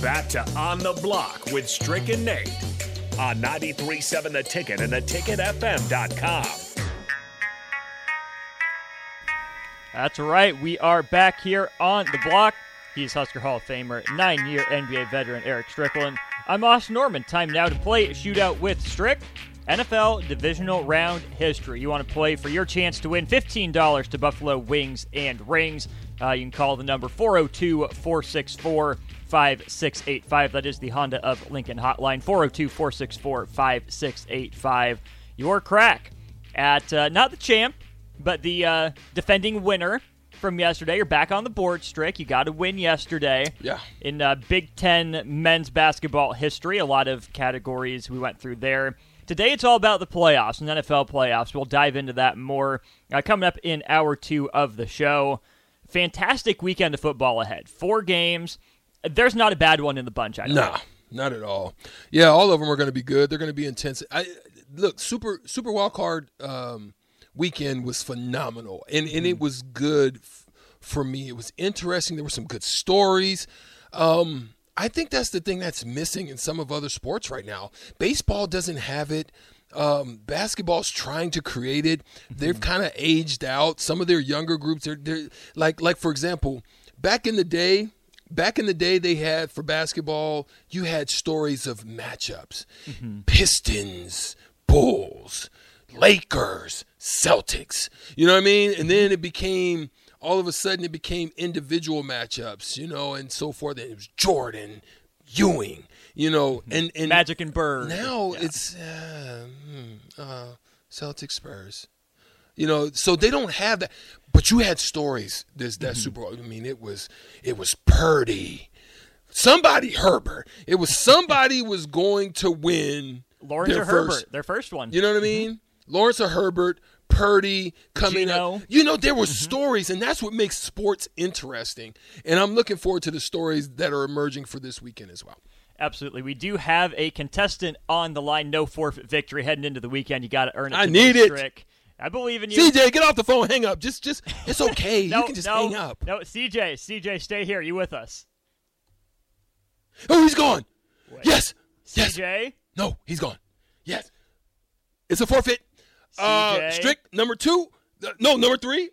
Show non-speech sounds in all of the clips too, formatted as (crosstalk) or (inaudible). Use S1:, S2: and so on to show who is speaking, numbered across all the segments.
S1: Back to On the Block with Strick and Nate on 937 The Ticket and theticketfm.com.
S2: That's right. We are back here on the block. He's Husker Hall of Famer, nine year NBA veteran Eric Strickland. I'm Austin Norman. Time now to play Shootout with Strick. NFL divisional round history. You want to play for your chance to win $15 to Buffalo Wings and Rings. Uh, you can call the number 402 464 5685. That is the Honda of Lincoln hotline 402 464 5685. Your crack at uh, not the champ, but the uh, defending winner from yesterday. You're back on the board, Strick. You got to win yesterday.
S3: Yeah.
S2: In uh, Big Ten men's basketball history, a lot of categories we went through there. Today it's all about the playoffs and NFL playoffs. We'll dive into that more uh, coming up in hour two of the show. Fantastic weekend of football ahead. Four games. There's not a bad one in the bunch. I don't
S3: Nah, not at all. Yeah, all of them are going to be good. They're going to be intense. I look super super wild card um, weekend was phenomenal, and and it was good f- for me. It was interesting. There were some good stories. Um, I think that's the thing that's missing in some of other sports right now. Baseball doesn't have it. Um, basketball's trying to create it. They've kind of aged out. Some of their younger groups are they're like like for example, back in the day, back in the day they had for basketball, you had stories of matchups. Pistons, Bulls, Lakers, Celtics. You know what I mean? And then it became all of a sudden it became individual matchups, you know, and so forth. And it was Jordan, Ewing, you know, and and
S2: Mm-hmm. Magic and Bird.
S3: now it's uh, hmm, uh, Celtics Spurs. You know, so they don't have that. But you had stories. This
S2: Mm-hmm.
S3: that Super Bowl. I mean, it was it was Purdy, somebody Herbert. It was somebody was going to win.
S2: Lawrence
S3: their
S2: or Herbert,
S3: first-
S2: their first one.
S3: you know what I mean? Lawrence or Herbert, Purdy coming
S2: Geno.
S3: up. You know, there were
S2: Mm-hmm.
S3: stories, and that's what makes sports interesting. And I'm looking forward to the stories that are emerging for this weekend as well.
S2: Absolutely. We do have a contestant on the line. No forfeit victory heading into the weekend. You got to earn it.
S3: I
S2: tonight,
S3: need it.
S2: Strick. I believe in you.
S3: CJ, get off the phone. Hang up. Just, just, it's
S2: (laughs)
S3: okay.
S2: no,
S3: you can just
S2: no,
S3: hang up.
S2: No, CJ, CJ, stay here. You with us?
S3: Oh, he's gone. Yes. Yes.
S2: CJ,
S3: No, he's gone. Yes. It's a forfeit. Uh,
S2: CJ.
S3: strict number two. Uh, No, number three.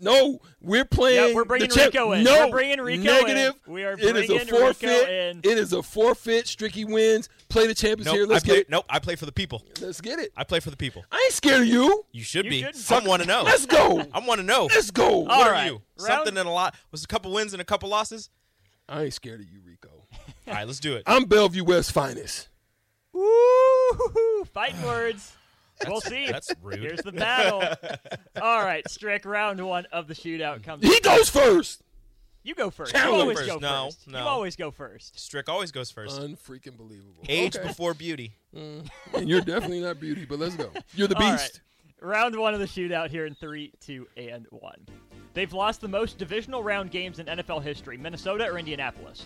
S3: No, we're playing.
S2: we're bringing
S3: the champ-
S2: Rico in.
S3: No,
S2: We're bringing Rico
S3: negative.
S2: in. We are
S3: it is a
S2: bringing Rico
S3: forfeit.
S2: in.
S3: It is a forfeit. Stricky wins. Play the champions
S4: Nope,
S3: here. Let's
S4: I play,
S3: get it.
S4: nope, I play for the people.
S3: Let's get it.
S4: I play for the people.
S3: I ain't scared of you.
S4: You should
S2: You
S4: be.
S2: should be.
S4: I want to know.
S3: Let's
S4: (laughs)
S3: go.
S4: I want to know.
S3: Let's go.
S2: All
S4: What are
S2: right.
S4: you?
S2: Round-
S4: Something and a lot. Was a couple wins and a
S2: (laughs)
S4: couple losses.
S3: I ain't scared of you, Rico.
S4: All right, let's do
S2: Uh,
S4: it.
S3: I'm Bellevue West finest.
S2: woo
S3: (sighs)
S2: fighting words. We'll see.
S4: That's rude.
S2: Here's the
S4: (laughs)
S2: battle. All right, Strick. Round one of the shootout comes.
S3: He goes first.
S2: You go first.
S3: Challenge.
S2: You always
S4: First.
S2: go
S4: No,
S2: first.
S4: no.
S2: You always go first.
S4: Strick always goes first.
S2: uh,
S3: Unfreaking believable.
S4: Age
S3: Okay.
S4: before beauty.
S3: And (laughs) you're definitely not beauty, but let's go. You're the
S2: All
S3: beast.
S2: right. Round one of the shootout here in three, two, and one. They've lost the most divisional round games in NFL history: Minnesota or Indianapolis.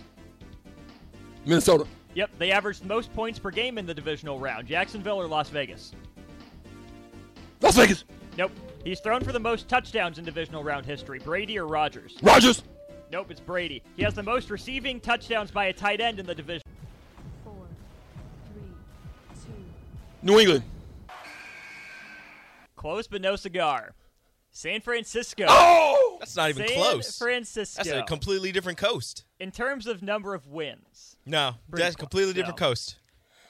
S3: Minnesota,
S2: Yep, they averaged the most points per game in the divisional round: Jacksonville or Las Vegas.
S3: Las Vegas,
S2: Nope. He's thrown for the most touchdowns in divisional round history: Brady or Rogers.
S3: Rogers,
S2: Nope, it's Brady. He has the most receiving touchdowns by a tight end in the division.
S5: four, three, two,
S3: New England.
S2: Close, but no cigar. San Francisco.
S3: Oh,
S4: That's not even
S2: San
S4: close.
S2: Francisco.
S4: That's a completely different coast.
S2: in terms of number of wins.
S4: No,
S2: Pretty
S4: that's
S2: close.
S4: completely different
S2: No.
S4: coast.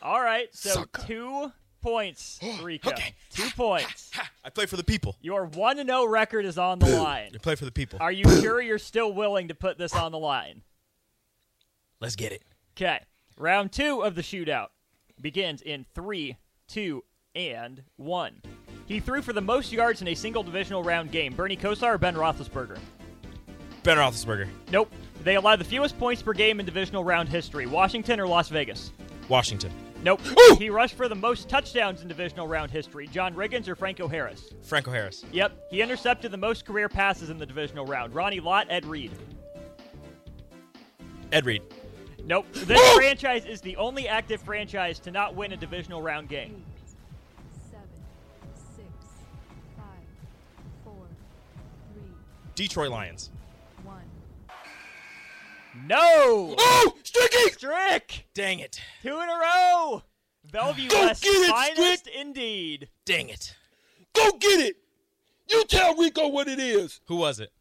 S2: All right, so
S3: Sucker.
S2: two points, Rico.
S4: (gasps) Okay.
S2: Two points.
S4: Ha, I play for the people.
S2: Your 1 0 record is on the line.
S4: I play for the people.
S2: Are you sure you're still willing to put this on the line?
S4: Let's get it.
S2: Okay. Round two of the shootout begins in three, two, and one. He threw for the most yards in a single divisional round game. Bernie Kosar or Ben Roethlisberger?
S4: Ben Roethlisberger,
S2: Nope. They allowed the fewest points per game in divisional round history. Washington or Las Vegas?
S4: Washington,
S2: Nope.
S3: Ooh!
S2: He rushed for the most touchdowns in divisional round history. John Riggins or Franco Harris?
S4: Franco Harris,
S2: Yep. He intercepted the most career passes in the divisional round. Ronnie Lott, Ed Reed.
S4: Ed Reed,
S3: (laughs)
S2: Nope. This
S3: Woo!
S2: franchise is the only active franchise to not win a divisional round game.
S5: eight, seven, six, five, four, three,
S4: Detroit Lions,
S5: one.
S2: No!
S3: Oh, Stricky!
S2: Strick!
S4: Dang it.
S2: Two in a row! Bellevue
S3: Go
S2: West
S3: get it,
S2: finest indeed.
S4: Dang it.
S3: Go get it! You tell Rico what it is.
S4: Who was it?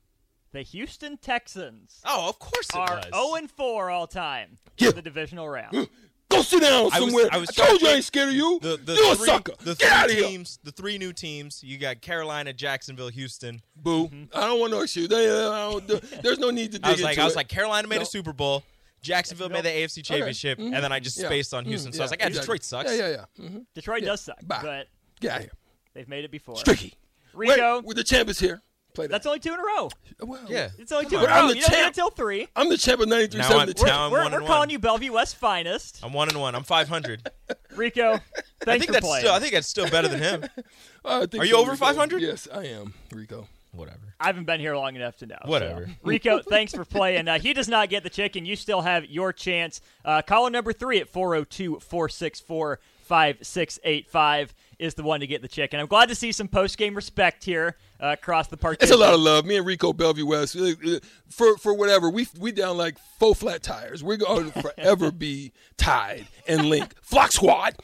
S2: The Houston Texans
S4: Oh, of course it
S2: are
S4: was.
S2: 0 and 4 all time
S3: Yeah.
S2: for the divisional round.
S3: Go sit down
S4: I was-
S3: somewhere.
S4: I was
S3: told you I
S4: trying-
S3: ain't scared of you.
S4: the, the
S3: you a
S4: three,
S3: sucker.
S4: The
S3: Get out of
S4: three
S3: here.
S4: teams, the three new teams. You got Carolina, Jacksonville, Houston.
S3: Boo. Mm-hmm. I don't want no issues. They- I don't do- There's no need to dig
S4: I was like,
S3: into
S4: I was
S3: it.
S4: like, Carolina made
S3: No.
S4: a Super Bowl. Jacksonville made the AFC Championship, and then I just
S3: Mm-hmm. Yeah. Mm,
S4: spaced on Houston. so I was
S3: Yeah,
S4: like, ah,
S3: exactly.
S4: Detroit sucks.
S3: Yeah, yeah, yeah. Mhm.
S2: Detroit
S3: Yeah.
S2: does suck,
S3: Bye.
S2: but
S3: Get out of here.
S2: they've made it before.
S3: Stricky.
S2: Rico,
S3: Wait, with the champ is here. Play that.
S2: that's only two in a row.
S3: Well,
S4: Yeah.
S2: It's only two
S3: on.
S2: in a
S3: I'm
S2: row.
S3: the
S2: You don't get
S3: champ.
S2: it till three.
S3: I'm the champ of 93
S4: Now
S3: 7
S4: I'm-
S3: to
S2: We're,
S4: now I'm
S2: we're,
S4: one
S2: we're
S4: and
S2: calling
S4: one.
S2: you Bellevue West finest.
S4: I'm one and one. I'm 500.
S2: Rico, thanks
S4: (laughs) I think
S2: for
S4: that's
S2: playing.
S4: still. I think that's still better
S3: (laughs)
S4: than him.
S3: Uh, I think
S4: Are you
S3: so,
S4: over
S3: Rico.
S4: 500?
S3: Yes, I am, Rico.
S4: Whatever.
S2: I haven't been here long enough to know. so.
S4: Whatever.
S2: Rico, thanks for playing. Uh, he does not get the chicken. You still have your chance. Uh, caller number three at 402 464 5685 is the one to get the chicken. I'm glad to see some post game respect here uh, across the park.
S3: It's a lot of love. Me and Rico Bellevue West, uh, uh, for for whatever we we down like four flat tires. We're going to forever be tied and linked. Flock squad.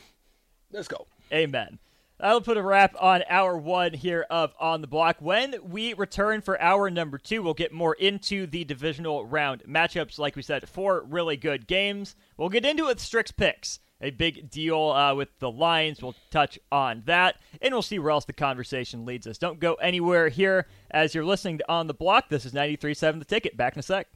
S3: Let's go.
S2: Amen. That'll put a wrap on hour one here of On the Block. When we return for hour number two, we'll get more into the divisional round matchups. Like we said, four really good games. We'll get into it with Strix picks, a big deal uh, with the Lions. We'll touch on that, and we'll see where else the conversation leads us. Don't go anywhere here as you're listening to On the Block. This is 93.7 The Ticket. Back in a sec.